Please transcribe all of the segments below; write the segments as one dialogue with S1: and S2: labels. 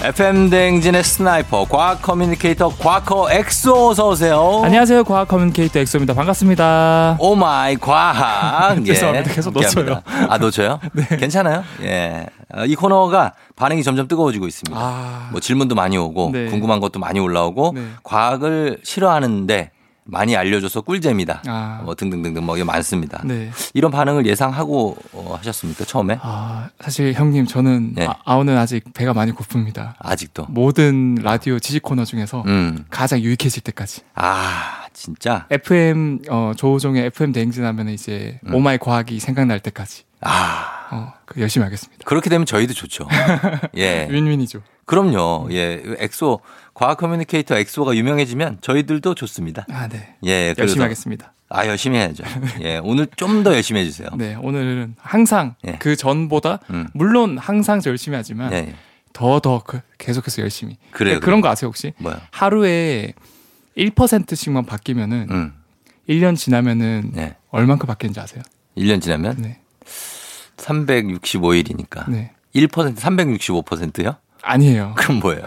S1: FM 대행진의 스나이퍼 과학 커뮤니케이터 과커 엑소 어서 오세요.
S2: 안녕하세요. 과학 커뮤니케이터 엑소입니다. 반갑습니다.
S1: 오마이 과학. 예.
S2: 죄송합니다. 계속
S1: 함께합니다.
S2: 놓쳐요.
S1: 아
S2: 네.
S1: 놓쳐요? 괜찮아요? 예. 어, 이 코너가 반응이 점점 뜨거워지고 있습니다.
S2: 아.
S1: 뭐 질문도 많이 오고
S2: 네.
S1: 궁금한 것도 많이 올라오고
S2: 네.
S1: 과학을 싫어하는데 많이 알려줘서 꿀잼이다.
S2: 아.
S1: 뭐 등등등등 뭐 이게 많습니다.
S2: 네.
S1: 이런 반응을 예상하고 어, 하셨습니까 처음에?
S2: 아, 사실 형님 저는
S1: 네.
S2: 아, 아우는 아직 배가 많이 고픕니다.
S1: 아직도.
S2: 모든 라디오 지식 코너 중에서
S1: 음.
S2: 가장 유익해질 때까지.
S1: 아 진짜.
S2: FM 어, 조우종의 FM 대행진 하면 이제 오마이 과학이 생각날 때까지
S1: 음. 아.
S2: 어, 그 열심히 하겠습니다.
S1: 그렇게 되면 저희도 좋죠. 예.
S2: 윈윈이죠.
S1: 그럼요. 예. 엑소, 과학 커뮤니케이터 엑소가 유명해지면 저희들도 좋습니다.
S2: 아, 네.
S1: 예. 그래서-
S2: 열심히 하겠습니다.
S1: 아, 열심히 해야죠. 예. 오늘 좀 더 열심히 해주세요.
S2: 네, 오늘은 항상
S1: 예.
S2: 그 전보다
S1: 음.
S2: 물론 항상 저 열심히 하지만
S1: 예.
S2: 더 더 그, 계속해서 열심히.
S1: 그래요,
S2: 근데
S1: 그래요.
S2: 그런 거 아세요 혹시?
S1: 뭐요?
S2: 하루에 1%씩만 바뀌면은
S1: 음.
S2: 1년 지나면은
S1: 네.
S2: 얼만큼 바뀌는지 아세요?
S1: 1년 지나면
S2: 네.
S1: 365일이니까.
S2: 네.
S1: 1%, 365%요?
S2: 아니에요.
S1: 그럼 뭐예요?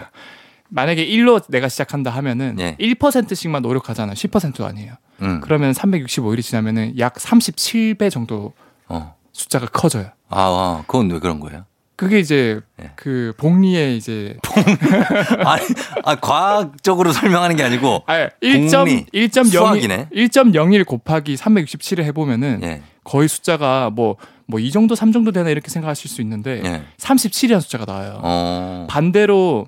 S2: 만약에 1로 내가 시작한다 하면은
S1: 네.
S2: 1%씩만 노력하잖아요. 10%도 아니에요.
S1: 음.
S2: 그러면 365일이 지나면은 약 37배 정도
S1: 어.
S2: 숫자가 커져요.
S1: 아, 아, 그건 왜 그런 거예요?
S2: 그게 이제
S1: 네.
S2: 그 복리의 이제
S1: 아니, 아, 과학적으로 설명하는 게 아니고.
S2: 아
S1: 복리.
S2: 1.01
S1: 수학이네.
S2: 1.01 곱하기 367을 해 보면은
S1: 예.
S2: 거의 숫자가 뭐 뭐 이 정도 3 정도 되나 이렇게 생각하실 수 있는데
S1: 예.
S2: 37이라는 숫자가 나와요.
S1: 어.
S2: 반대로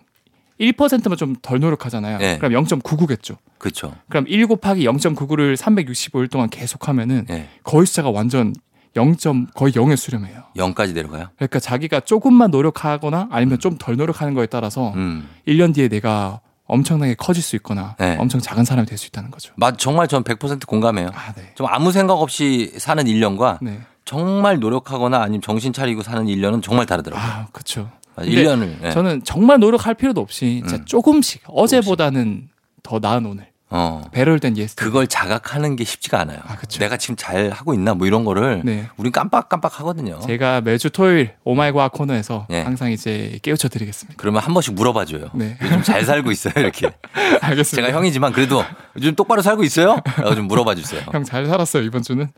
S2: 1%만 좀 덜 노력하잖아요.
S1: 예.
S2: 그럼 0.99겠죠.
S1: 그쵸.
S2: 그럼 1 곱하기 0.99를 365일 동안 계속하면은
S1: 예.
S2: 거의 숫자가 완전 0. 거의 0에 수렴해요.
S1: 0까지 내려가요?
S2: 그러니까 자기가 조금만 노력하거나 아니면 좀 덜 노력하는 거에 따라서
S1: 음.
S2: 1년 뒤에 내가 엄청나게 커질 수 있거나
S1: 네.
S2: 엄청 작은 사람이 될 수 있다는 거죠.
S1: 맞, 정말 전 100% 공감해요.
S2: 아, 네.
S1: 좀 아무 생각 없이 사는 1년과
S2: 네.
S1: 정말 노력하거나 아니면 정신 차리고 사는 1년은 정말 다르더라고요.
S2: 아, 그렇죠.
S1: 맞아요.
S2: 근데
S1: 1년을. 예.
S2: 저는 정말 노력할 필요도 없이 진짜
S1: 음.
S2: 조금씩 어제보다는 더 나은 오늘
S1: 어.
S2: 배럴 된 예스.
S1: 그걸 자각하는 게 쉽지가 않아요.
S2: 아, 그쵸.
S1: 내가 지금 잘 하고 있나 뭐 이런 거를
S2: 네.
S1: 우린 깜빡깜빡 하거든요.
S2: 어? 제가 매주 토요일 오마이과학 코너에서
S1: 예.
S2: 항상 이제 깨우쳐 드리겠습니다.
S1: 그러면 한 번씩 물어봐 줘요.
S2: 네.
S1: 요즘 잘 살고 있어요, 이렇게.
S2: 알겠습니다.
S1: 제가 형이지만 그래도 요즘 똑바로 살고 있어요? 라고 좀 물어봐 주세요.
S2: 형 잘 살았어요 이번 주는.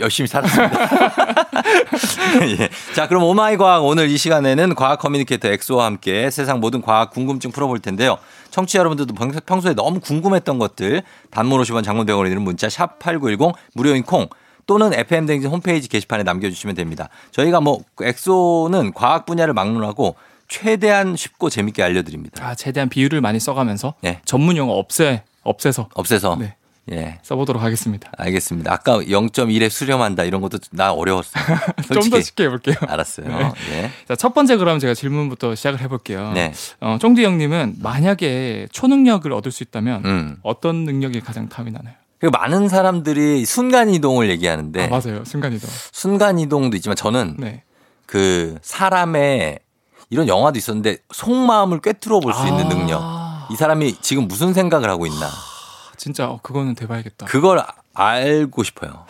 S1: 열심히 살았습니다. 예. 자, 그럼 오마이 과학 오늘 이 시간에는 과학 커뮤니케이터 엑소와 함께 세상 모든 과학 궁금증 풀어볼 텐데요. 청취자 여러분들도 평- 평소에 너무 궁금했던 것들 단문 50원 장문 100원이 드는 문자 샵 8910 무료인 콩 또는 FM 댕진 홈페이지 게시판에 남겨주시면 됩니다. 저희가 뭐 엑소는 과학 분야를 막론하고 최대한 쉽고 재밌게 알려드립니다.
S2: 아 최대한 비율을 많이 써가면서
S1: 예.
S2: 전문 용어 없애 없애서
S1: 없애서
S2: 네.
S1: 예.
S2: 써보도록 하겠습니다.
S1: 알겠습니다. 아까 0.1에 수렴한다 이런 것도 나 어려웠어요.
S2: 좀 더 네.
S1: 솔직히
S2: 쉽게 해볼게요.
S1: 알았어요. 예.
S2: 자, 첫 번째 그럼 제가 질문부터 시작을 해볼게요.
S1: 네.
S2: 어, 쫑디 형님은 만약에 초능력을 얻을 수 있다면
S1: 음.
S2: 어떤 능력이 가장 탐이 나나요?
S1: 그 많은 사람들이 순간 이동을 얘기하는데
S2: 아, 맞아요. 순간이동.
S1: 순간 이동도 있지만 저는
S2: 네.
S1: 그 사람의 이런 영화도 있었는데 속마음을 꿰뚫어 볼 수 있는 능력.
S2: 아,
S1: 이 사람이 지금 무슨 생각을 하고 있나
S2: 진짜 어, 그거는 대박이겠다.
S1: 그걸 아- 알고 싶어요.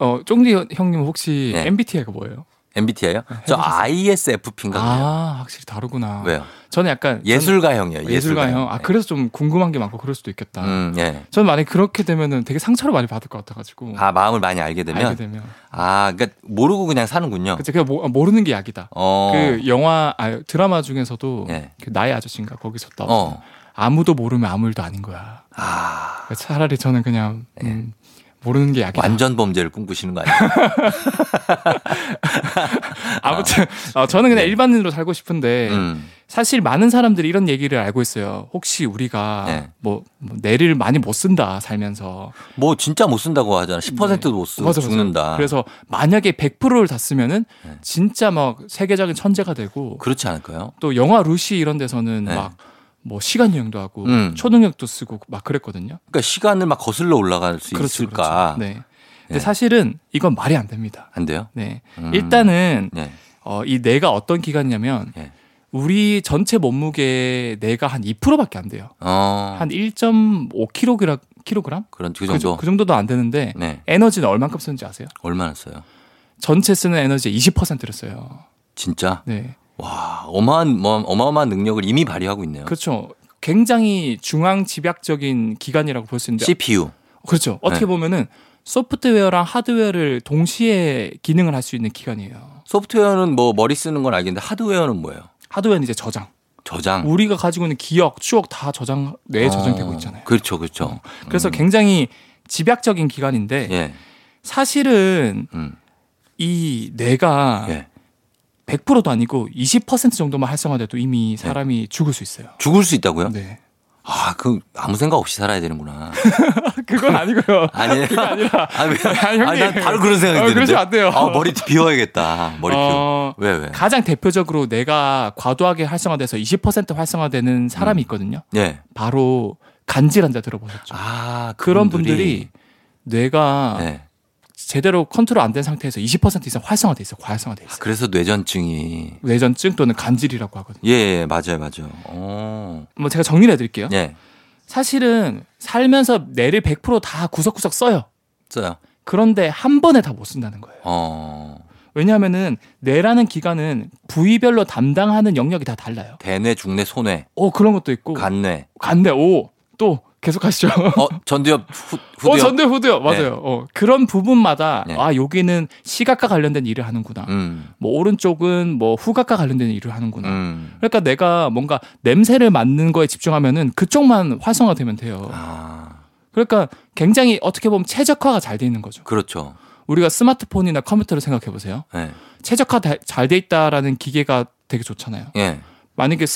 S2: 어, 쫑디 형님 혹시
S1: 네.
S2: MBTI가 뭐예요?
S1: MBTI요? 저 ISFP인가 봐요.
S2: 아, 확실히 다르구나.
S1: 왜요?
S2: 저는 약간
S1: 예술가형이에요.
S2: 예술가형. 아,
S1: 예술가형.
S2: 그래서 좀 궁금한 게 많고 그럴 수도 있겠다.
S1: 음, 예.
S2: 저는 만약에 그렇게 되면은 되게 상처를 많이 받을 것 같아가지고.
S1: 아 마음을 많이 알게 되면
S2: 알게 되면.
S1: 아 그러니까 모르고 그냥 사는군요.
S2: 그치, 그냥 모, 모르는 게 약이다.
S1: 어,
S2: 그 영화, 아, 드라마 중에서도
S1: 예.
S2: 그 나의 아저씨인가 거기서 나오잖
S1: 어,
S2: 아무도 모르면 아무 일도 아닌 거야.
S1: 아
S2: 그러니까 차라리 저는 그냥 음, 모르는 게 약이다.
S1: 예. 완전 범죄를 꿈꾸시는 거 아니에요?
S2: 아무튼 어, 저는 그냥 일반인으로 살고 싶은데
S1: 네. 음,
S2: 사실 많은 사람들이 이런 얘기를 알고 있어요. 혹시 우리가
S1: 네.
S2: 뭐, 뭐 뇌를 많이 못 쓴다 살면서
S1: 뭐 진짜 못 쓴다고 하잖아. 10%도 못 쓰고
S2: 네. 맞아, 맞아.
S1: 죽는다.
S2: 그래서 만약에 100%를 다 쓰면은
S1: 네.
S2: 진짜 막 세계적인 천재가 되고
S1: 그렇지 않을까요?
S2: 또 영화 루시 이런 데서는
S1: 네.
S2: 막 뭐 시간 여행도 하고
S1: 음.
S2: 초능력도 쓰고 막 그랬거든요.
S1: 그러니까 시간을 막 거슬러 올라갈 수
S2: 그렇죠,
S1: 있을까?
S2: 그렇죠. 네. 근데
S1: 네.
S2: 사실은 이건 말이 안 됩니다.
S1: 안 돼요?
S2: 네.
S1: 음.
S2: 일단은
S1: 네.
S2: 어, 이 뇌가 어떤 기관이냐면
S1: 예.
S2: 우리 전체 몸무게 내가 한 2%밖에 안 돼요.
S1: 어.
S2: 한 1.5kg 킬로그램?
S1: 그런 그
S2: 그
S1: 정도.
S2: 정- 그 정도도 안 되는데
S1: 네.
S2: 에너지는 얼만큼 쓰는지 아세요?
S1: 얼마나 써요?
S2: 전체 쓰는 에너지의 20%를 써요.
S1: 진짜
S2: 네.
S1: 와 어마한 뭐, 어마어마한 능력을 이미 발휘하고 있네요.
S2: 그렇죠. 굉장히 중앙 집약적인 기관이라고 볼 수 있는데
S1: CPU.
S2: 그렇죠. 어떻게
S1: 네.
S2: 보면은 소프트웨어랑 하드웨어를 동시에 기능을 할 수 있는 기관이에요.
S1: 소프트웨어는 뭐 머리 쓰는 건 알겠는데 하드웨어는 뭐예요?
S2: 하드웨어는 이제 저장.
S1: 저장.
S2: 우리가 가지고 있는 기억, 추억 다 저장 뇌에
S1: 어,
S2: 저장되고 있잖아요.
S1: 그렇죠, 그렇죠. 음.
S2: 그래서 굉장히 집약적인 기관인데
S1: 예,
S2: 사실은
S1: 음,
S2: 이 뇌가
S1: 예.
S2: 100%도 아니고 20% 정도만 활성화돼도
S1: 예.
S2: 이미 사람이 죽을 수 있어요.
S1: 죽을 수 있다고요?
S2: 네.
S1: 아, 그 아무 생각 없이 살아야 되는구나.
S2: 그건 아니고요.
S1: 아니, 아니라. 아니,
S2: 아니,
S1: 난
S2: 형님.
S1: 바로 그런 생각이
S2: 어,
S1: 드는데.
S2: 그러시면 안 돼요.
S1: 아, 머리 비워야겠다. 머리 비워.
S2: 어,
S1: 왜 왜?
S2: 가장 대표적으로 내가 과도하게 활성화돼서 20% 활성화되는 사람이 있거든요.
S1: 예.
S2: 바로 간질환자 들어보셨죠?
S1: 아,
S2: 그런 분들이 뇌가
S1: 네.
S2: 제대로 컨트롤 안 된 상태에서 20% 이상 활성화돼 있어, 요 과활성화돼 있어. 요
S1: 아, 그래서 뇌전증이
S2: 뇌전증 또는 간질이라고 하거든요.
S1: 예, 예, 맞아요, 맞아요. 어.
S2: 뭐 제가 정리를 해드릴게요.
S1: 예.
S2: 사실은 살면서 뇌를 100%다 구석구석 써요.
S1: 써요.
S2: 그런데 한 번에 다 못 쓴다는 거예요.
S1: 어.
S2: 왜냐하면은 뇌라는 기관은 부위별로 담당하는 영역이 다 달라요.
S1: 대뇌, 중뇌, 소뇌,
S2: 오 그런 것도 있고
S1: 간뇌.
S2: 간대 오또 계속 하시죠.
S1: 어, 전두엽 후, 후두엽.
S2: 어 전대 후두요
S1: 네.
S2: 맞아요. 어 그런 부분마다
S1: 네.
S2: 아 여기는 시각과 관련된 일을 하는구나.
S1: 음.
S2: 뭐 오른쪽은 뭐 후각과 관련된 일을 하는구나.
S1: 음.
S2: 그러니까 내가 뭔가 냄새를 맡는 거에 집중하면은 그쪽만 활성화되면 돼요.
S1: 아.
S2: 그러니까 굉장히 어떻게 보면 최적화가 잘 돼 있는 거죠.
S1: 그렇죠.
S2: 우리가 스마트폰이나 컴퓨터를 생각해 보세요.
S1: 예.
S2: 최적화 잘 돼 있다라는 기계가 되게 좋잖아요.
S1: 예.
S2: 만약에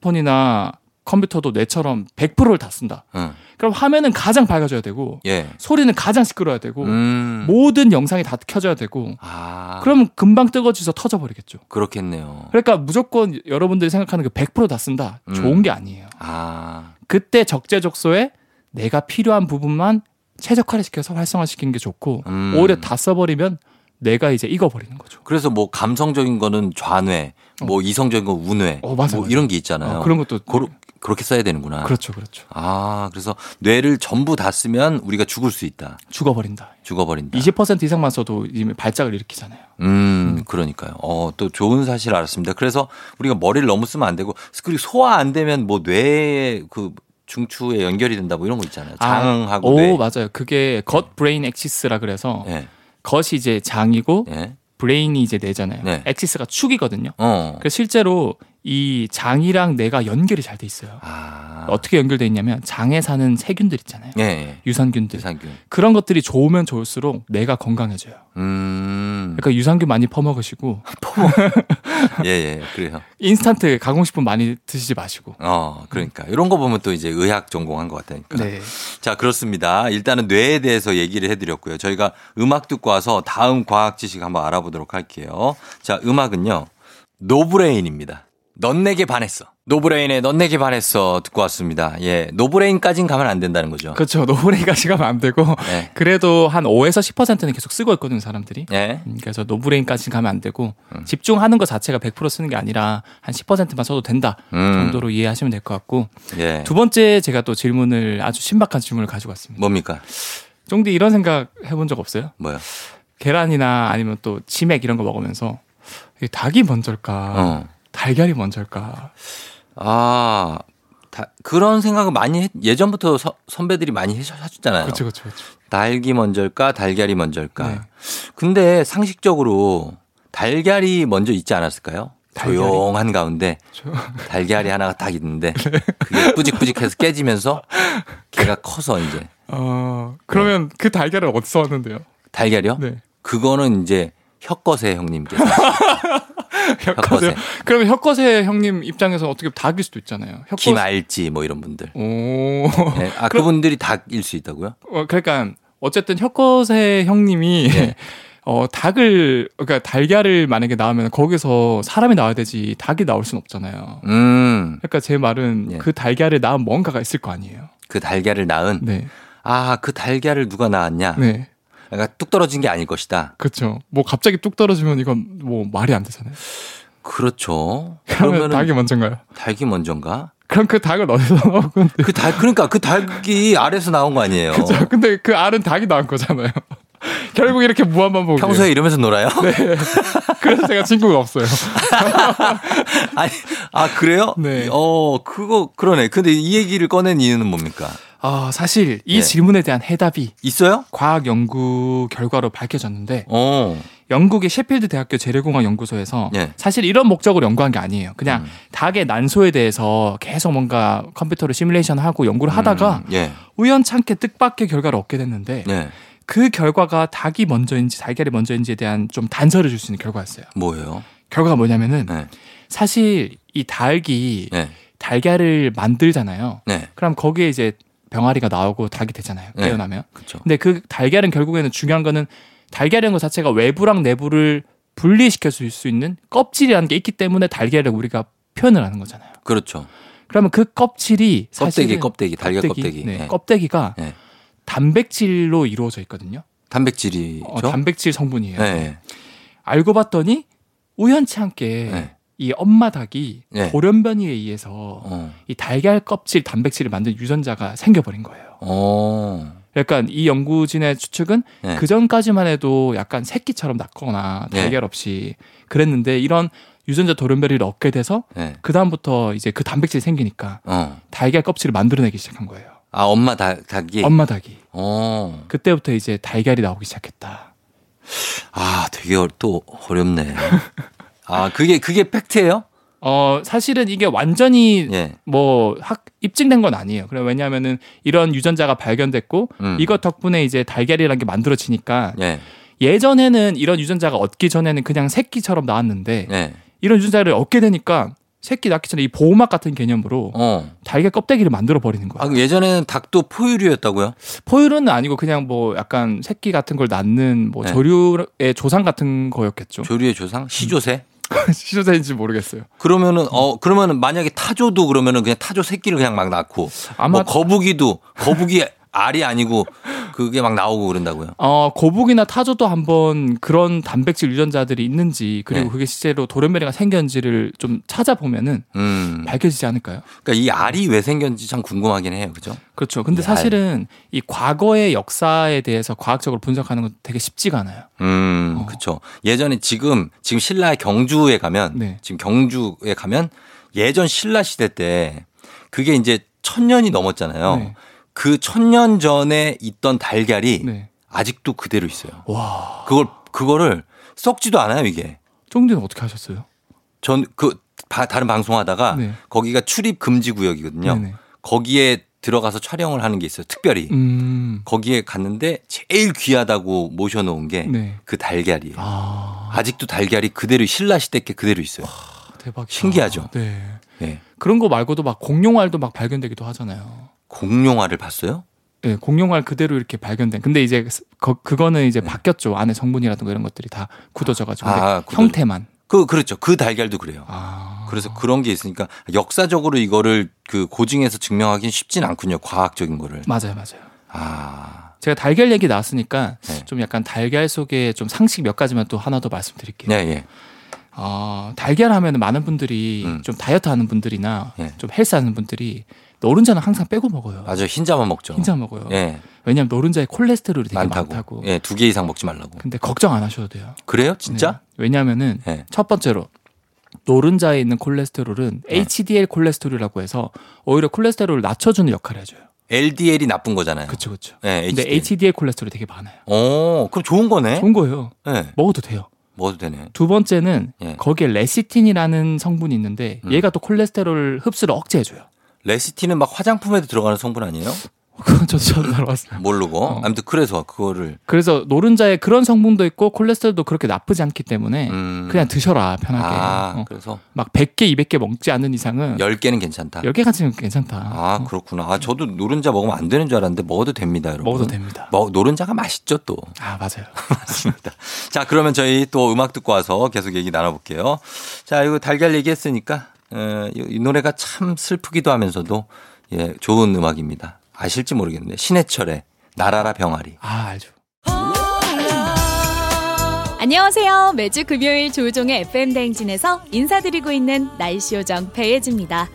S2: 스마트폰이나 컴퓨터도 뇌처럼 100%를 다 쓴다.
S1: 응.
S2: 그럼 화면은 가장 밝아져야 되고
S1: 예.
S2: 소리는 가장 시끄러워야 되고
S1: 음.
S2: 모든 영상이 다 켜져야 되고
S1: 아. 어.
S2: 그럼 금방 뜨거워져서 터져버리겠죠.
S1: 그렇겠네요.
S2: 그러니까 무조건 여러분들이 생각하는 그 100%다 쓴다.
S1: 음.
S2: 좋은 게 아니에요.
S1: 아.
S2: 그때 적재적소에 내가 필요한 부분만 최적화를 시켜서 활성화시키는 게 좋고
S1: 음.
S2: 오히려 다 써버리면 내가 이제 익어버리는 거죠.
S1: 그래서 뭐 감성적인 거는 좌뇌, 뭐 이성적인 건 우뇌,
S2: 어, 맞아,
S1: 뭐
S2: 맞아.
S1: 이런 게 있잖아요.
S2: 어, 그런 것도
S1: 고로- 그렇게 써야 되는구나.
S2: 그렇죠, 그렇죠.
S1: 아, 그래서 뇌를 전부 다 쓰면 우리가 죽을 수 있다.
S2: 죽어버린다.
S1: 아. 죽어버린다.
S2: 20% 이상만 써도 이미 발작을 일으키잖아요.
S1: 음, 그러니까요. 어, 또 좋은 사실 알았습니다. 그래서 우리가 머리를 너무 쓰면 안 되고, 그리고 소화 안 되면 뭐 뇌에 그 중추에 연결이 된다 뭐 이런 거 있잖아요. 장하고 네.
S2: 아, 오
S1: 뇌.
S2: 맞아요. 그게 겉 브레인 엑시스라 그래서
S1: 예,
S2: 겉이 이제 장이고
S1: 예.
S2: 브레인이 이제 뇌잖아요.
S1: 네.
S2: 엑시스가 축이거든요.
S1: 어.
S2: 그래서 그러니까 실제로 이 장이랑 뇌가 연결이 잘 돼 있어요.
S1: 아.
S2: 어떻게 연결돼 있냐면 장에 사는 세균들 있잖아요.
S1: 예, 예.
S2: 유산균들.
S1: 유산균.
S2: 그런 것들이 좋으면 좋을수록 뇌가 건강해져요.
S1: 음.
S2: 그러니까 유산균 많이 퍼먹으시고
S1: 예, 예. 그래요.
S2: 인스턴트 가공식품 많이 드시지 마시고.
S1: 어, 그러니까. 이런 거 보면 또 이제 의학 전공한 것 같으니까.
S2: 네.
S1: 자, 그렇습니다. 일단은 뇌에 대해서 얘기를 해드렸고요. 저희가 음악 듣고 와서 다음 과학 지식 한번 알아보도록 할게요. 자, 음악은요. 노브레인입니다. 넌 내게 반했어. 노브레인의 넌 내게 반했어 듣고 왔습니다. 예, 노브레인까진 가면 안 된다는 거죠.
S2: 그렇죠. 노브레이가 시가면 안 되고
S1: 네.
S2: 그래도 한 5에서 10%는 계속 쓰고 있거든요, 사람들이.
S1: 예.
S2: 음, 그래서 노브레인까지 가면 안 되고
S1: 음.
S2: 집중하는 것 자체가 100% 쓰는 게 아니라 한 10%만 써도 된다
S1: 음.
S2: 정도로 이해하시면 될 것 같고
S1: 예.
S2: 두 번째 제가 또 질문을 아주 신박한 질문을 가지고 왔습니다.
S1: 뭡니까?
S2: 쫑디 이런 생각 해본 적 없어요?
S1: 뭐요?
S2: 계란이나 아니면 또 치맥 이런 거 먹으면서 이게 닭이 먼저일까
S1: 어.
S2: 달걀이 먼저일까
S1: 아, 다, 그런 생각을 많이 했- 예전부터 서- 선배들이 많이 해- 해주잖아요.
S2: 그렇죠 그렇죠 그렇죠
S1: 달기 먼저일까 달걀이 먼저일까
S2: 네.
S1: 근데 상식적으로 달걀이 먼저 있지 않았을까요?
S2: 달걀이?
S1: 조용한 가운데
S2: 저- 네.
S1: 달걀이 하나가 딱 있는데 그게 뿌직뿌직해서 깨지면서 걔가 커서 이제
S2: 어 그러면 그 달걀을 어디서 왔는데요?
S1: 달걀이요?
S2: 네
S1: 그거는 이제 혀거세 형님께서
S2: 혀컷에 그러면 혀컷에 형님 입장에서 어떻게 닭일 수도 있잖아요. 혀컷
S1: 김알지 뭐 이런 분들
S2: 오
S1: 예. 아 그분들이 닭일 수 있다고요?
S2: 어, 그러니까 어쨌든 혁거세 형님이
S1: 예.
S2: 어 닭을 그러니까 달걀을 만약에 낳으면 거기서 사람이 나와야 되지 닭이 나올 순 없잖아요.
S1: 음그
S2: 그러니까 제 말은
S1: 예.
S2: 그 달걀을 낳은 뭔가가 있을 거 아니에요.
S1: 그 달걀을 낳은
S2: 네,
S1: 아 그 달걀을 누가 낳았냐?
S2: 네,
S1: 그러니까 뚝 떨어진 게 아닐 것이다.
S2: 그렇죠. 뭐 갑자기 뚝 떨어지면 이건 뭐 말이 안 되잖아요.
S1: 그렇죠.
S2: 그러면
S1: 그러면은
S2: 닭이 먼저인가요?
S1: 닭이 먼저인가?
S2: 그럼 그 닭은 어디서 나온 건데?
S1: 그 닭, 그러니까 그 닭이 알에서 나온 거 아니에요.
S2: 그죠? 근데 그 알은 닭이 나온 거잖아요. 결국 이렇게 무한반복이에요.
S1: 평소에 이러면서 놀아요?
S2: 네. 그래서 제가 친구가 없어요.
S1: 아니, 아, 그래요?
S2: 네.
S1: 어, 그거, 그러네. 근데 이 얘기를 꺼낸 이유는 뭡니까?
S2: 아 사실 이
S1: 네.
S2: 질문에 대한 해답이
S1: 있어요?
S2: 과학 연구 결과로 밝혀졌는데
S1: 어,
S2: 영국의 셰필드 대학교 재래공학 연구소에서
S1: 예. 음.
S2: 사실 이런 목적으로 연구한 게 아니에요. 그냥 닭의 난소에 대해서 계속 뭔가 컴퓨터로 시뮬레이션하고 연구를 하다가
S1: 음, 예,
S2: 우연찮게 뜻밖의 결과를 얻게 됐는데
S1: 예.
S2: 그 결과가 닭이 먼저인지 달걀이 먼저인지에 대한 좀 단서를 줄 수 있는 결과였어요.
S1: 뭐예요?
S2: 결과가 뭐냐면은
S1: 네,
S2: 사실 이 닭이
S1: 네,
S2: 달걀을 만들잖아요.
S1: 네,
S2: 그럼 거기에 이제 병아리가 나오고 닭이 되잖아요.
S1: 네.
S2: 깨어나면.
S1: 그쵸.
S2: 근데 그 달걀은 결국에는 중요한 거는 달걀인 것 자체가 외부랑 내부를 분리시켜 줄 수 있는 껍질이라는 게 있기 때문에 달걀을 우리가 표현을 하는 거잖아요.
S1: 그렇죠.
S2: 그러면 그 껍질이 사실은
S1: 껍데기, 껍데기, 달걀 껍데기.
S2: 네,
S1: 예.
S2: 껍데기가
S1: 예.
S2: 단백질로 이루어져 있거든요.
S1: 단백질이죠.
S2: 어, 단백질 성분이에요.
S1: 그렇죠? 네,
S2: 알고 봤더니 우연치 않게
S1: 네.
S2: 이 엄마 닭이
S1: 네.
S2: 돌연변이에 의해서
S1: 어,
S2: 이 달걀 껍질 단백질을 만든 유전자가 생겨버린 거예요.
S1: 어,
S2: 약간 이 연구진의 추측은
S1: 네.
S2: 그 전까지만 해도 약간 새끼처럼 낳거나
S1: 네.
S2: 달걀 없이 그랬는데 이런 유전자 돌연변이를 얻게 돼서
S1: 네,
S2: 그 다음부터 이제 그 단백질이 생기니까
S1: 어.
S2: 달걀 껍질을 만들어내기 시작한 거예요.
S1: 아, 엄마 닭, 닭이.
S2: 엄마 닭이
S1: 어.
S2: 그때부터 이제 달걀이 나오기 시작했다.
S1: 아, 되게 어- 또 어렵네. 아, 그게, 그게 팩트예요
S2: 어 사실은 이게 완전히
S1: 예.
S2: 뭐 학, 입증된 건 아니에요. 그래 왜냐하면은 이런 유전자가 발견됐고
S1: 음.
S2: 이것 덕분에 이제 달걀이라는 게 만들어지니까
S1: 예,
S2: 예전에는 이런 유전자가 얻기 전에는 그냥 새끼처럼 나왔는데
S1: 예.
S2: 이런 유전자를 얻게 되니까 새끼 낳기 전에 이 보호막 같은 개념으로
S1: 어.
S2: 달걀 껍데기를 만들어 버리는
S1: 아,
S2: 거예요.
S1: 그럼 예전에는 닭도 포유류였다고요?
S2: 포유류는 아니고 그냥 뭐 약간 새끼 같은 걸 낳는 뭐
S1: 네.
S2: 조류의 조상 같은 거였겠죠.
S1: 조류의 조상? 시조새?
S2: 시조자인지 모르겠어요.
S1: 그러면은, 어, 그러면은 만약에 타조도 그러면은 그냥 타조 새끼를 그냥 막 낳고.
S2: 아마
S1: 뭐 거북이도, 거북이 알이 아니고 그게 막 나오고 그런다고요?
S2: 어, 거북이나 타조도 한번 그런 단백질 유전자들이 있는지 그리고
S1: 네.
S2: 그게 실제로 돌연변이가 생겼는지를 좀 찾아보면은
S1: 음.
S2: 밝혀지지 않을까요?
S1: 그러니까 이 알이 왜 생겼는지 참 궁금하긴 해요. 그죠?
S2: 그렇죠. 근데
S1: 네,
S2: 사실은 이 과거의 역사에 대해서 과학적으로 분석하는 건 되게 쉽지가 않아요.
S1: 음,
S2: 어.
S1: 그렇죠. 예전에 지금 지금 신라 경주에 가면
S2: 네.
S1: 지금 경주에 가면 예전 신라 시대 때 그게 이제 천 년이 넘었잖아요.
S2: 네.
S1: 그 천 년 전에 있던 달걀이
S2: 네.
S1: 아직도 그대로 있어요.
S2: 와.
S1: 그걸 그거를 썩지도 않아요, 이게.
S2: 쫑디는 어떻게 하셨어요?
S1: 전 그 다른 방송하다가
S2: 네.
S1: 거기가 출입 금지 구역이거든요.
S2: 네네.
S1: 거기에 들어가서 촬영을 하는 게 있어요. 특별히.
S2: 음.
S1: 거기에 갔는데 제일 귀하다고 모셔 놓은 게 그
S2: 네.
S1: 달걀이에요.
S2: 아,
S1: 아직도 달걀이 그대로 신라 시대 게 그대로 있어요.
S2: 대박이다.
S1: 신기하죠?
S2: 네.
S1: 예.
S2: 그런 거 말고도 막 공룡알도 막 발견되기도 하잖아요.
S1: 공룡알을 봤어요?
S2: 예, 공룡알 그대로 이렇게 발견된. 근데 이제 그, 그거는 이제 바뀌었죠. 안에 성분이라든가 이런 것들이 다 굳어져가지고 근데
S1: 네. 아, 굳어져.
S2: 형태만.
S1: 그 그렇죠. 그 달걀도 그래요.
S2: 아,
S1: 그래서 그런 게 있으니까 역사적으로 이거를 그 고증해서 증명하기는 쉽진 않군요. 과학적인 거를.
S2: 맞아요, 맞아요.
S1: 아.
S2: 제가 달걀 얘기 나왔으니까
S1: 네.
S2: 좀 약간 달걀 속에 좀 상식 몇 가지만 또 하나 더 말씀드릴게요.
S1: 네, 예.
S2: 아, 달걀 하면 많은 분들이
S1: 음.
S2: 좀 다이어트 하는 분들이나
S1: 네.
S2: 좀 헬스 하는 분들이 노른자는 항상 빼고 먹어요.
S1: 맞아요. 흰자만 먹죠.
S2: 흰자 먹어요.
S1: 예.
S2: 왜냐하면 노른자에 콜레스테롤이 되게 많다고.
S1: 많다고. 예, 두 개 이상 먹지 말라고.
S2: 근데 걱정 안 하셔도 돼요.
S1: 그래요? 진짜?
S2: 네. 왜냐하면은
S1: 예.
S2: 첫 번째로 노른자에 있는 콜레스테롤은 HDL 콜레스테롤이라고 해서 오히려 콜레스테롤을 낮춰주는 역할을 해줘요.
S1: LDL이 나쁜 거잖아요.
S2: 네. 그쵸그쵸
S1: 예,
S2: 근데
S1: HDL.
S2: HDL 콜레스테롤이 되게 많아요.
S1: 어, 그럼 좋은 거네.
S2: 좋은 거예요.
S1: 예.
S2: 먹어도 돼요.
S1: 먹어도 되네.
S2: 두 번째는
S1: 예.
S2: 거기에 레시틴이라는 성분이 있는데 얘가 또 콜레스테롤 흡수를 억제해줘요.
S1: 레시틴은 막 화장품에도 들어가는 성분 아니에요?
S2: 그건 저도 처음 알아봤어요.
S1: 모르고.
S2: 어.
S1: 아무튼 그래서 그거를
S2: 그래서 노른자에 그런 성분도 있고 콜레스테롤도 그렇게 나쁘지 않기 때문에
S1: 음.
S2: 네. 그냥 드셔라 편하게.
S1: 아,
S2: 어.
S1: 그래서
S2: 막 100개, 200개 먹지 않는 이상은
S1: 열개는 괜찮다.
S2: 10개 같이는 괜찮다.
S1: 아, 그렇구나. 아, 저도 노른자 먹으면 안 되는 줄 알았는데 먹어도 됩니다, 여러분.
S2: 먹어도 됩니다.
S1: 먹- 노른자가 맛있죠, 또.
S2: 아 맞아요.
S1: 맞습니다. 자, 그러면 저희 또 음악 듣고 와서 계속 얘기 나눠볼게요. 자, 이거 달걀 얘기했으니까, 어, 이, 이 노래가 참 슬프기도 하면서도, 예, 좋은 음악입니다. 아실지 모르겠는데, 신해철의 나라라 병아리.
S2: 아 알죠.
S3: 안녕하세요. 매주 금요일 조우종의 FM 대행진에서 인사드리고 있는 날씨 요정 배예지입니다.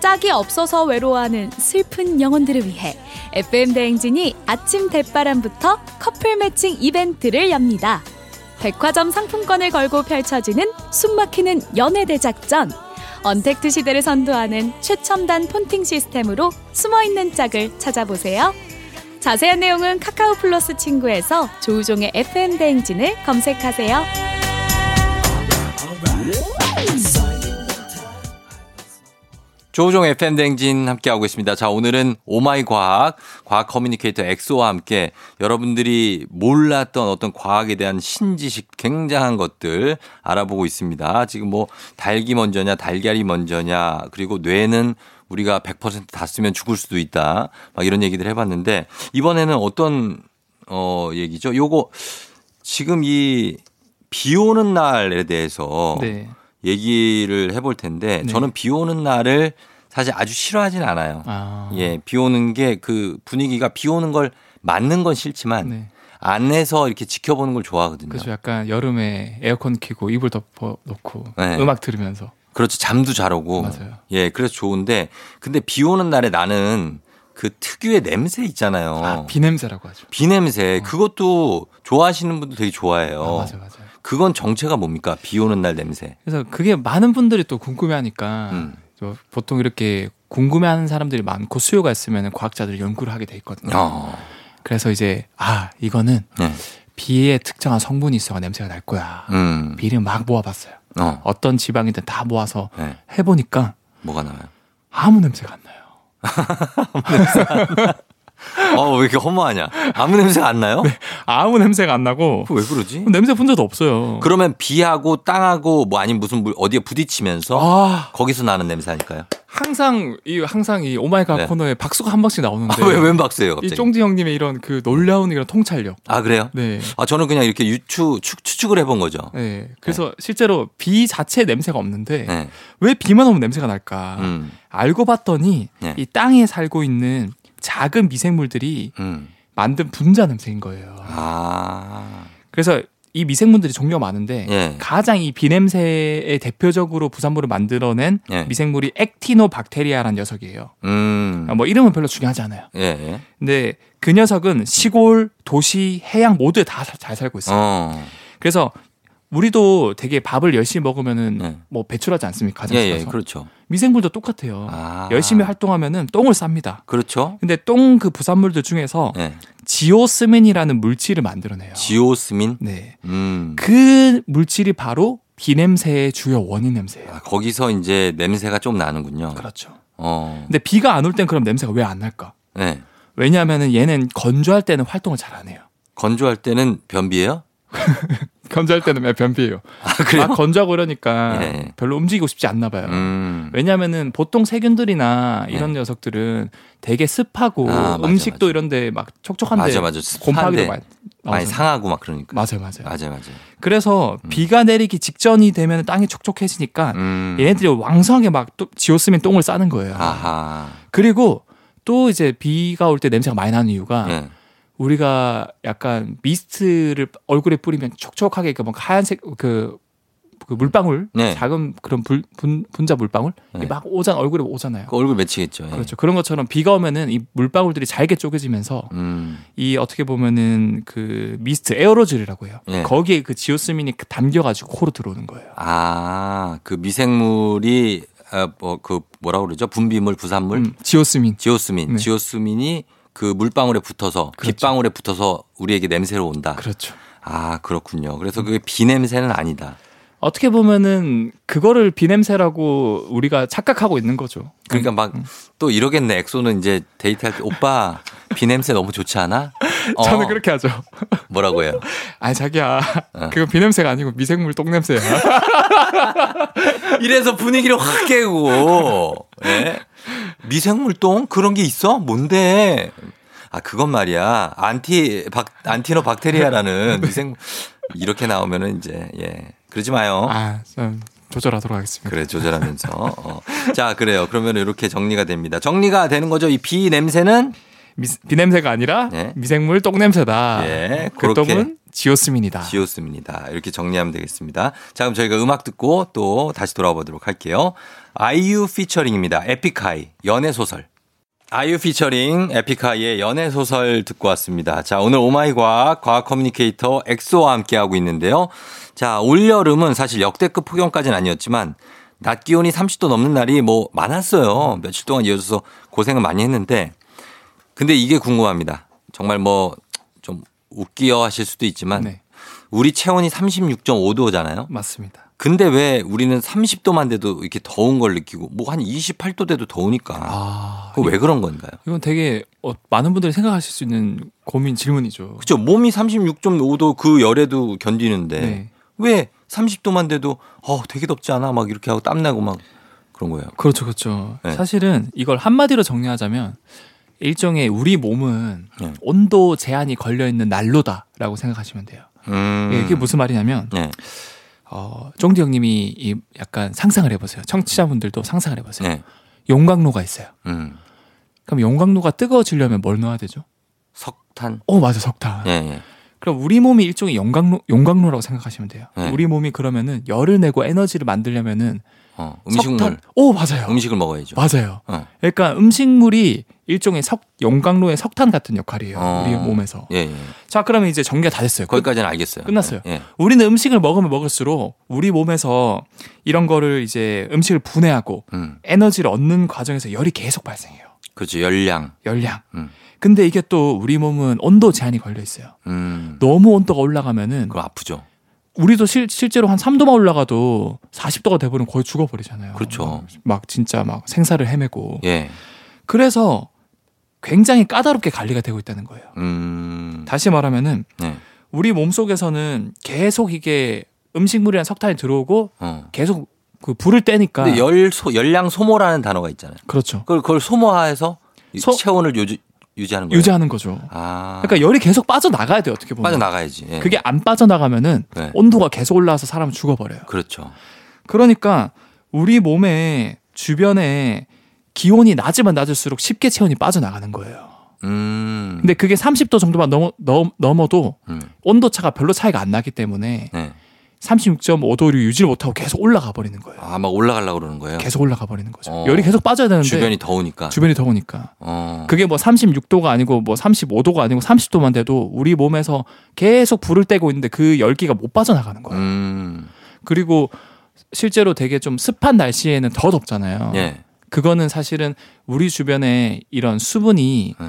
S3: 짝이 없어서 외로워하는 슬픈 영혼들을 위해 FM 대행진이 아침 대바람부터 커플 매칭 이벤트를 엽니다. 백화점 상품권을 걸고 펼쳐지는 숨막히는 연애 대작전. 언택트 시대를 선도하는 최첨단 폰팅 시스템으로 숨어있는 짝을 찾아보세요. 자세한 내용은 카카오 플러스 친구에서 조우종의 FM 대행진을 검색하세요.
S1: 조우종 FM 댕진 함께하고 있습니다. 자, 오늘은 오마이 과학, 과학 커뮤니케이터 엑소와 함께 여러분들이 몰랐던 어떤 과학에 대한 신지식 굉장한 것들 알아보고 있습니다. 지금 뭐 달기 먼저냐, 달걀이 먼저냐, 그리고 뇌는 우리가 100%다 쓰면 죽을 수도 있다. 막 이런 얘기들 해봤는데 이번에는 어떤, 어, 얘기죠? 요거 지금 이 비 오는 날에 대해서
S2: 네.
S1: 얘기를 해볼 텐데
S2: 네.
S1: 저는 비 오는 날을 사실 아주 싫어하진 않아요.
S2: 아.
S1: 예, 비 오는 게 그 분위기가 비 오는 걸 맞는 건 싫지만
S2: 네.
S1: 안에서 이렇게 지켜보는 걸 좋아하거든요.
S2: 그래서 약간 여름에 에어컨 켜고 이불 덮어 놓고
S1: 네.
S2: 음악 들으면서
S1: 그렇죠. 잠도 잘 오고.
S2: 맞아요.
S1: 예, 그래서 좋은데 근데 비 오는 날에 나는 그 특유의 냄새 있잖아요.
S2: 아,
S1: 비...
S2: 비 냄새라고 하죠.
S1: 냄새 그것도 좋아하시는 분들 되게 좋아해요.
S2: 아, 맞아 맞아.
S1: 그건 정체가 뭡니까? 비 오는 날 냄새.
S2: 그래서 그게 많은 분들이 또 궁금해하니까
S1: 음.
S2: 저 보통 이렇게 궁금해하는 사람들이 많고 수요가 있으면 과학자들이 연구를 하게 돼 있거든요.
S1: 어.
S2: 그래서 이제 아 이거는
S1: 네.
S2: 비에 특정한 성분이 있어가 냄새가 날 거야.
S1: 음.
S2: 비를 막 모아봤어요.
S1: 어.
S2: 어떤 지방이든 다 모아서
S1: 네.
S2: 해보니까
S1: 뭐가 나와요?
S2: 아무 냄새가 안 나요.
S1: 어, 왜 이렇게 허무하냐? 아무 냄새가 안 나요?
S2: 네. 아무 냄새가 안 나고 그렇죠.
S1: 그거 왜 그러지?
S2: 냄새 본 적도 없어요.
S1: 그러면 비하고 땅하고 뭐 아니면 무슨 물 어디에 부딪히면서
S2: 아
S1: 거기서 나는 냄새 아닐까요?
S2: 항상 이 항상 이 오마이갓
S1: 네.
S2: 코너에 박수가 한 번씩 나오는데
S1: 아, 왜, 웬 박스예요,
S2: 네. 이
S1: 갑자기?
S2: 쫑지 형님의 이런 그 놀라운 이런 통찰력.
S1: 아, 그래요?
S2: 네.
S1: 아, 저는 그냥 이렇게 유추, 추, 추측을 해본 거죠.
S2: 네. 그래서 실제로 비 자체에 냄새가 없는데
S1: 네.
S2: 왜 비만 오면 냄새가 날까?
S1: 음,
S2: 알고 봤더니
S1: 네.
S2: 이 땅에 살고 있는 작은 미생물들이
S1: 음.
S2: 만든 분자 냄새인 거예요.
S1: 아,
S2: 그래서 이 미생물들이 종류가 많은데
S1: 예.
S2: 가장 이 비냄새의 대표적으로 부산물을 만들어낸
S1: 예.
S2: 미생물이 액티노박테리아라는 녀석이에요.
S1: 음.
S2: 뭐 이름은 별로 중요하지 않아요.
S1: 예, 예.
S2: 근데 그 녀석은 시골, 도시, 해양 모두에 다 잘 살고 있어요.
S1: 어.
S2: 그래서 우리도 되게 밥을 열심히 먹으면은
S1: 네.
S2: 뭐 배출하지 않습니까?
S1: 예,
S2: 가장
S1: 예,
S2: 싫어서.
S1: 그렇죠.
S2: 미생물도 똑같아요.
S1: 아.
S2: 열심히 활동하면은 똥을 쌉니다.
S1: 그렇죠.
S2: 근데 똥 그 부산물들 중에서
S1: 예.
S2: 지오스민이라는 물질을 만들어내요.
S1: 지오스민.
S2: 네.
S1: 음.
S2: 그 물질이 바로 비냄새의 주요 원인 냄새예요.
S1: 아, 거기서 이제 냄새가 좀 나는군요.
S2: 그렇죠.
S1: 어.
S2: 근데 비가 안 올 땐 그럼 냄새가 왜 안 날까?
S1: 네.
S2: 왜냐하면은 얘는 건조할 때는 활동을 잘 안 해요.
S1: 건조할 때는 변비예요?
S2: 건조할 때는 왜 변비예요.
S1: 아, 그래요?
S2: 막 건조하고 이러니까
S1: 예.
S2: 별로 움직이고 싶지 않나 봐요.
S1: 음.
S2: 왜냐하면은 보통 세균들이나 이런 녀석들은 되게 습하고
S1: 아, 맞아,
S2: 음식도
S1: 맞아.
S2: 이런데 막 촉촉한데
S1: 맞아 맞아.
S2: 곰팡이도
S1: 습한데
S2: 많이
S1: 많이
S2: 나오잖아요.
S1: 상하고 막 그러니까.
S2: 맞아요, 맞아요. 음.
S1: 맞아 맞아.
S2: 그래서 비가 내리기 직전이 되면 땅이 촉촉해지니까
S1: 음.
S2: 얘네들이 왕성하게 막 또 지오스민 똥을 싸는 거예요.
S1: 아하.
S2: 그리고 또 이제 비가 올 때 냄새가 많이 나는 이유가
S1: 예.
S2: 우리가 약간 미스트를 얼굴에 뿌리면 촉촉하게 그 뭔가 하얀색 그, 그 물방울
S1: 네.
S2: 작은 그런 불, 분, 분자 물방울
S1: 네.
S2: 막 오잖아 얼굴에 오잖아요.
S1: 그 얼굴 맺히겠죠. 예.
S2: 그렇죠. 그런 것처럼 비가 오면은 이 물방울들이 잘게 쪼개지면서
S1: 음.
S2: 이 어떻게 보면은 그 미스트 에어로졸이라고 해요.
S1: 네.
S2: 거기에 그 지오스민이 그 담겨가지고 코로 들어오는 거예요.
S1: 아, 그 미생물이 아, 뭐그 뭐라 그러죠? 분비물, 부산물,
S2: 음, 지오스민.
S1: 지오스민.
S2: 네.
S1: 지오스민이 그 물방울에 붙어서
S2: 그렇죠.
S1: 빗방울에 붙어서 우리에게 냄새로 온다.
S2: 그렇죠. 음.
S1: 아, 그렇군요. 그래서 그게 비 냄새는 아니다.
S2: 어떻게 보면은 그거를 비냄새라고 우리가 착각하고 있는 거죠.
S1: 그러니까
S2: 음.
S1: 막 또 이러겠네. 엑소는 이제 데이트할 때 오빠 비 냄새 너무 좋지 않아? 어,
S2: 저는 그렇게 하죠.
S1: 뭐라고 해요?
S2: 아니 자기야,
S1: 어.
S2: 그거 비냄새가 아니고 미생물 똥냄새야.
S1: 이래서 분위기를 확 깨고. 예? 미생물똥 그런 게 있어? 뭔데? 아 그건 말이야. 안티 박 안티노 박테리아라는 미생 이렇게 나오면은 이제 예 그러지 마요.
S2: 아, 좀 조절하도록 하겠습니다.
S1: 그래 조절하면서 어. 자 그래요. 그러면 이렇게 정리가 됩니다. 정리가 되는 거죠. 이 비 냄새는
S2: 미- 비냄새가 아니라
S1: 예.
S2: 미생물 똥냄새다.
S1: 예,
S2: 그
S1: 그렇게.
S2: 똥은 지오스민이다.
S1: 지웠습니다. 이렇게 정리하면 되겠습니다. 자, 그럼 저희가 음악 듣고 또 다시 돌아와 보도록 할게요. 아이유 피처링입니다. 에픽하이, 연애소설. 아이유 피처링 에픽하이의 연애소설 듣고 왔습니다. 자, 오늘 오마이과학 과학 커뮤니케이터 엑소와 함께하고 있는데요. 자, 올여름은 사실 역대급 폭염까지는 아니었지만 낮 기온이 30도 넘는 날이 뭐 많았어요. 며칠 동안 이어져서 고생을 많이 했는데 근데 이게 궁금합니다. 정말 뭐 좀 웃기어 하실 수도 있지만
S2: 네,
S1: 우리 체온이 36.5도잖아요.
S2: 맞습니다.
S1: 근데 왜 우리는 30도만 돼도 이렇게 더운 걸 느끼고 뭐 한 28도 돼도 더우니까
S2: 아,
S1: 그거 왜 그런 건가요?
S2: 이건 되게 어, 많은 분들이 생각하실 수 있는 고민 질문이죠.
S1: 그죠 몸이 36.5도 그 열에도 견디는데
S2: 네.
S1: 왜 30도만 돼도 어 되게 덥지 않아 막 이렇게 하고 땀 나고 막 그런 거예요.
S2: 그렇죠, 그렇죠.
S1: 네.
S2: 사실은 이걸 한마디로 정리하자면 일종의 우리 몸은
S1: 네.
S2: 온도 제한이 걸려 있는 난로다라고 생각하시면 돼요.
S1: 음.
S2: 예, 이게 무슨 말이냐면
S1: 네.
S2: 어, 쫑디 형님이 이 약간 상상을 해보세요. 청취자분들도 상상을 해보세요.
S1: 네.
S2: 용광로가 있어요.
S1: 음.
S2: 그럼 용광로가 뜨거워지려면 뭘 넣어야 되죠?
S1: 석탄.
S2: 어 맞아 석탄.
S1: 예, 예.
S2: 그럼 우리 몸이 일종의 용광로 용광로라고 생각하시면 돼요.
S1: 네.
S2: 우리 몸이 그러면은 열을 내고 에너지를 만들려면은
S1: 어, 음식물.
S2: 석탄. 오 맞아요.
S1: 음식을 먹어야죠.
S2: 맞아요.
S1: 어.
S2: 그러니까 음식물이 일종의 석 용광로의 석탄 같은 역할이에요.
S1: 어.
S2: 우리 몸에서.
S1: 예, 예.
S2: 자 그러면 이제 정리가 다 됐어요.
S1: 거기까지는 알겠어요.
S2: 끝났어요.
S1: 예.
S2: 우리는 음식을 먹으면 먹을수록 우리 몸에서 이런 거를 이제 음식을 분해하고
S1: 음.
S2: 에너지를 얻는 과정에서 열이 계속 발생해요.
S1: 그렇죠. 열량.
S2: 열량.
S1: 음.
S2: 근데 이게 또 우리 몸은 온도 제한이 걸려 있어요.
S1: 음.
S2: 너무 온도가 올라가면은
S1: 그럼 아프죠.
S2: 우리도 실, 실제로 한 3도만 올라가도 40도가 돼버리면 거의 죽어버리잖아요.
S1: 그렇죠.
S2: 막 진짜 막 생사를 헤매고.
S1: 예.
S2: 그래서 굉장히 까다롭게 관리가 되고 있다는 거예요.
S1: 음.
S2: 다시 말하면은
S1: 네.
S2: 우리 몸 속에서는 계속 이게 음식물이랑 석탄이 들어오고
S1: 어.
S2: 계속 그 불을 떼니까
S1: 근데 열 소, 열량 소모라는 단어가 있잖아요.
S2: 그렇죠.
S1: 그걸 그걸 소모화해서 이
S2: 소-
S1: 체온을 유지 유지하는 거예요.
S2: 유지하는 거죠.
S1: 아.
S2: 그러니까 열이 계속 빠져 나가야 돼요. 어떻게 보면.
S1: 빠져 나가야지. 예.
S2: 그게 안 빠져 나가면은
S1: 네.
S2: 온도가 계속 올라와서 사람 은 죽어버려요.
S1: 그렇죠.
S2: 그러니까 우리 몸의 주변에 기온이 낮으면 낮을수록 쉽게 체온이 빠져나가는 거예요.
S1: 음.
S2: 근데 그게 30도 정도만 넘어, 넘, 넘어도
S1: 음.
S2: 온도 차가 별로 차이가 안 나기 때문에
S1: 네.
S2: 36.5도를 유지를 못하고 계속 올라가 버리는 거예요.
S1: 아, 막 올라가려고 그러는 거예요.
S2: 계속 올라가 버리는 거죠.
S1: 어.
S2: 열이 계속 빠져야 되는데 주변이,
S1: 주변이 더우니까.
S2: 더우니까.
S1: 어.
S2: 그게 뭐 36도가 아니고 뭐 35도가 아니고 30도만 돼도 우리 몸에서 계속 불을 떼고 있는데 그 열기가 못 빠져나가는 거예요.
S1: 음.
S2: 그리고 실제로 되게 좀 습한 날씨에는 더 덥잖아요.
S1: 예.
S2: 그거는 사실은 우리 주변에 이런 수분이
S1: 네.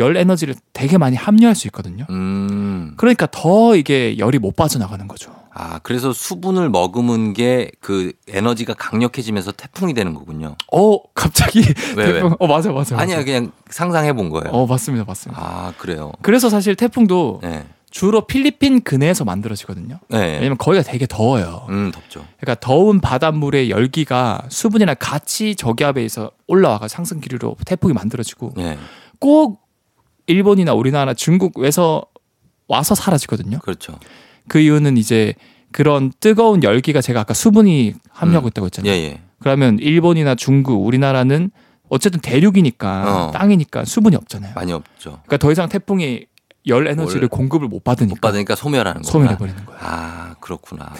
S2: 열 에너지를 되게 많이 함유할 수 있거든요.
S1: 음.
S2: 그러니까 더 이게 열이 못 빠져나가는 거죠.
S1: 아, 그래서 수분을 머금은 게 그 에너지가 강력해지면서 태풍이 되는 거군요.
S2: 어, 갑자기
S1: 왜, 왜?
S2: 태풍. 어, 맞아요, 맞아요.
S1: 아니야, 그냥 상상해 본 거예요.
S2: 맞아요. 어, 맞습니다, 맞습니다.
S1: 아, 그래요.
S2: 그래서 사실 태풍도
S1: 예.
S2: 주로 필리핀 근해에서 만들어지거든요.
S1: 예.
S2: 네. 왜냐면 거기가 되게 더워요.
S1: 음, 덥죠.
S2: 그러니까 더운 바닷물의 열기가 수분이랑 같이 저기압에 서 올라와가 상승 기류로 태풍이 만들어지고
S1: 예.
S2: 꼭 일본이나 우리나라, 중국에서 와서 사라지거든요.
S1: 그렇죠.
S2: 그 이유는 이제 그런 뜨거운 열기가 제가 아까 수분이 함유하고
S1: 음.
S2: 있다고 했잖아요.
S1: 예, 예.
S2: 그러면 일본이나 중국, 우리나라는 어쨌든 대륙이니까
S1: 어.
S2: 땅이니까 수분이 없잖아요.
S1: 많이 없죠.
S2: 그러니까 더 이상 태풍이 열 에너지를
S1: 뭘-
S2: 공급을 못 받으니까,
S1: 못 받으니까 소멸하는 거구나.
S2: 그러니까 소멸해 네. 버리는 거예요.
S1: 아, 그렇구나.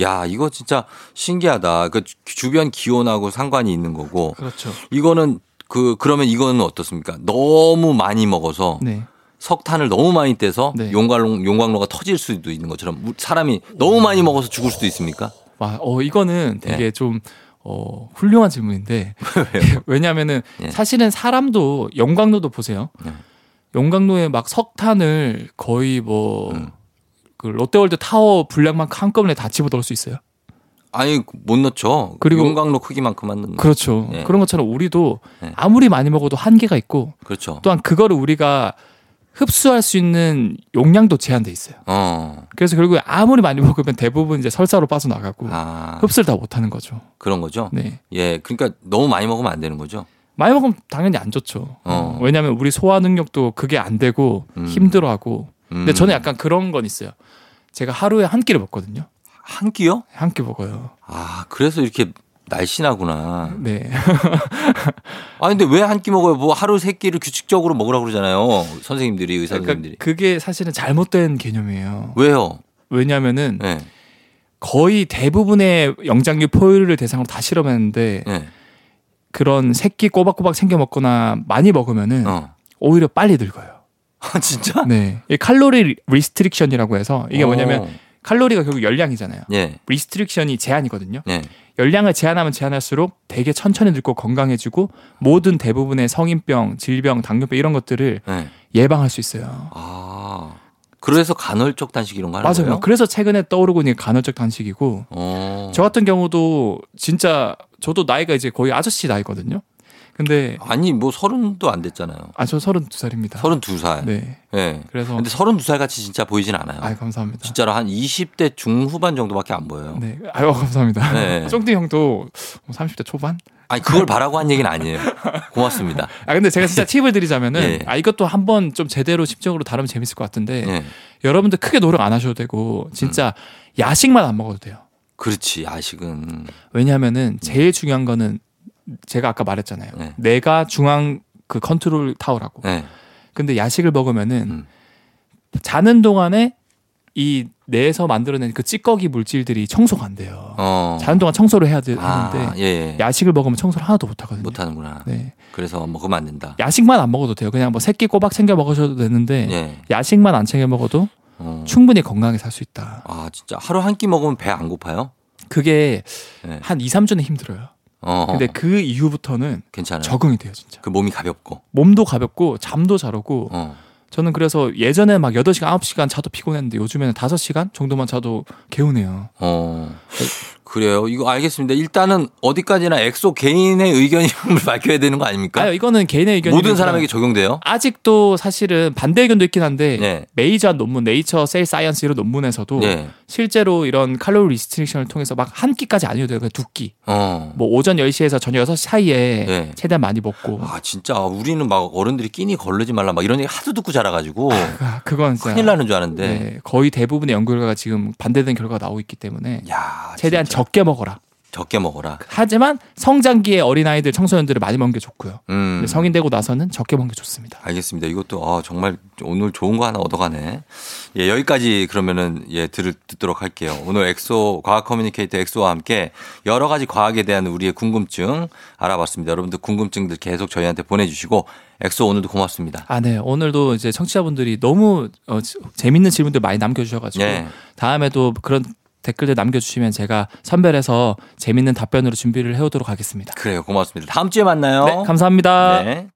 S1: 야, 이거 진짜 신기하다. 그 주- 주변 기온하고 상관이 있는 거고
S2: 그렇죠.
S1: 이거는 그 그러면 이거는 어떻습니까? 너무 많이 먹어서
S2: 네.
S1: 석탄을 너무 많이 떼서
S2: 네.
S1: 용광로, 용광로가 터질 수도 있는 것처럼 우- 사람이 너무 많이 먹어서 죽을 수도 있습니까?
S2: 와, 어 이거는
S1: 예.
S2: 되게 좀 어, 훌륭한 질문인데 왜냐하면은
S1: 예.
S2: 사실은 사람도 용광로도 보세요.
S1: 예.
S2: 용광로에 막 석탄을 거의 뭐
S1: 음.
S2: 그 롯데월드 타워 분량만 한꺼번에 다 집어넣을 수 있어요.
S1: 아니 못 넣죠.
S2: 그리고-
S1: 용광로 크기만큼만 넣는 거.
S2: 그렇죠.
S1: 예.
S2: 그런 것처럼 우리도
S1: 예.
S2: 아무리 많이 먹어도 한계가 있고
S1: 그렇죠.
S2: 또한 그거를 우리가 흡수할 수 있는 용량도 제한돼 있어요.
S1: 어.
S2: 그래서 결국에 아무리 많이 먹으면 대부분 이제 설사로 빠져나가고
S1: 아,
S2: 그
S1: 어.
S2: 흡수를 다 못하는 거죠.
S1: 그런 거죠.
S2: 네.
S1: 예. 그러니까 너무 많이 먹으면 안 되는 거죠.
S2: 많이 먹으면 당연히 안 좋죠.
S1: 어.
S2: 왜냐하면 우리 소화 능력도 그게 안 되고
S1: 음.
S2: 힘들어하고. 근데
S1: 음.
S2: 저는 약간 그런 건 있어요. 제가 하루에 한 끼를 먹거든요.
S1: 한 끼요?
S2: 한 끼 먹어요.
S1: 아, 그래서 이렇게 날씬하구나.
S2: 네.
S1: 아 근데 왜 한 끼 먹어요? 뭐 하루 세 끼를 규칙적으로 먹으라고 그러잖아요. 선생님들이 의사
S2: 그러니까
S1: 선생님들이.
S2: 그게 사실은 잘못된 개념이에요.
S1: 왜요?
S2: 왜냐면은
S1: 예.
S2: 거의 대부분의 영장류 포유류를 대상으로 다 실험했는데
S1: 예.
S2: 그런 새끼 꼬박꼬박 챙겨 먹거나 많이 먹으면은
S1: 어.
S2: 오히려 빨리 늙어요.
S1: 아 진짜?
S2: 네. 이 칼로리 리스트릭션이라고 해서 이게 뭐냐면
S1: 어.
S2: 칼로리가 결국 열량이잖아요.
S1: 예.
S2: 리스트릭션이 제한이거든요.
S1: 예.
S2: 열량을 제한하면 제한할수록 되게 천천히 늙고 건강해지고 모든 대부분의 성인병, 질병, 당뇨병 이런 것들을
S1: 예.
S2: 예방할 수 있어요.
S1: 아. 그래서 간헐적 단식 이런 거 하는
S2: 맞아요.
S1: 거예요?
S2: 그래서 최근에 떠오르고 있는 게 간헐적 단식이고
S1: 어.
S2: 저 같은 경우도 진짜 저도 나이가 이제 거의 아저씨 나이거든요. 근데
S1: 아니 뭐 서른도 안 됐잖아요.
S2: 아 저 32살입니다.
S1: 서른 두 살.
S2: 네.
S1: 예.
S2: 그래서
S1: 근데 서른 두살 같이 진짜 보이진 않아요.
S2: 아 감사합니다.
S1: 진짜로 한 20대 중후반 정도밖에 안 보여요.
S2: 네. 아유 감사합니다.
S1: 네.
S2: 쫑디 형도 30대 초반?
S1: 아니 그걸 바라고 한 얘기는 아니에요. 고맙습니다.
S2: 아 근데 제가 진짜 팁을 드리자면은
S1: 예.
S2: 아 이것도 한번 좀 제대로 집중적으로 다루면 재밌을 것 같은데
S1: 예.
S2: 여러분들 크게 노력 안 하셔도 되고 진짜
S1: 음.
S2: 야식만 안 먹어도 돼요.
S1: 그렇지 야식은
S2: 왜냐하면은 제일 중요한 거는 제가 아까 말했잖아요.
S1: 네.
S2: 내가 중앙 그 컨트롤 타워라고.
S1: 예.
S2: 근데 야식을 먹으면은
S1: 음.
S2: 자는 동안에 이 뇌에서 만들어낸 그 찌꺼기 물질들이 청소가 안 돼요.
S1: 어.
S2: 자는 동안 청소를 해야 되-
S1: 아,
S2: 하는데
S1: 예, 예.
S2: 야식을 먹으면 청소를 하나도 못 하거든요.
S1: 못하는구나.
S2: 네.
S1: 그래서 먹으면 안 된다.
S2: 야식만 안 먹어도 돼요. 그냥 뭐 새끼 꼬박 챙겨 먹으셔도 되는데
S1: 예.
S2: 야식만 안 챙겨 먹어도
S1: 어.
S2: 충분히 건강하게 살 수 있다.
S1: 아 진짜 하루 한 끼 먹으면 배 안 고파요?
S2: 그게
S1: 네.
S2: 한 2, 3주는 힘들어요.
S1: 어. 네.
S2: 근데 그 이후부터는
S1: 괜찮아요.
S2: 적응이 돼요, 진짜.
S1: 그 몸이 가볍고.
S2: 몸도 가볍고 잠도 잘 오고
S1: 어.
S2: 저는 그래서 예전에 막 8시간, 9시간 자도 피곤했는데 요즘에는 5시간 정도만 자도 개운해요.
S1: 어. 그래요. 이거 알겠습니다. 일단은 어디까지나 엑소 개인의 의견임을 밝혀야 되는 거 아닙니까?
S2: 아유, 이거는 개인의 의견이
S1: 그러니까 모든 사람에게 적용돼요.
S2: 아직도 사실은 반대 의견도 있긴 한데
S1: 네.
S2: 메이저한 논문 네이처 셀 사이언스 이런 논문에서도
S1: 네. 실제로
S2: 실제로 이런 칼로리 리스트릭션을 통해서 막 한 끼까지 아니어도 돼요. 그냥 두 끼.
S1: 어.
S2: 뭐 오전 10시에서 저녁 6시 사이에
S1: 네.
S2: 최대한 많이 먹고
S1: 아 진짜 우리는 막 어른들이 끼니 걸르지 말라 막 이런 얘기 하도 듣고 자라가지고
S2: 아, 그건 진짜
S1: 큰일 나는 줄 아는데.
S2: 네, 거의 대부분의 연구 결과가 지금 반대된 결과가 나오고 있기 때문에
S1: 야
S2: 예. 최대한
S1: 아, 진짜
S2: 적게 먹어라.
S1: 적게 먹어라.
S2: 하지만 성장기의 어린아이들 청소년들을 많이 먹는 게 좋고요.
S1: 음.
S2: 그 근데 성인 되고 나서는 적게 먹는 게 좋습니다.
S1: 알겠습니다. 이것도 아, 정말 오늘 좋은 거 하나 얻어가네. 예, 여기까지 그러면은 예, 들, 듣도록 할게요. 오늘 엑소 과학 커뮤니케이터 엑소와 함께 여러 가지 과학에 대한 우리의 궁금증 알아봤습니다. 여러분들 궁금증들 계속 저희한테 보내주시고 엑소 오늘도 고맙습니다.
S2: 아, 네. 오늘도 이제 청취자분들이 너무 어, 지- 재밌는 질문들 많이 남겨주셔가지고
S1: 예.
S2: 다음에도 그런 댓글들 남겨주시면 제가 선별해서 재밌는 답변으로 준비를 해오도록 하겠습니다.
S1: 그래요. 고맙습니다. 다음 주에 만나요.
S2: 네, 감사합니다.
S1: 네.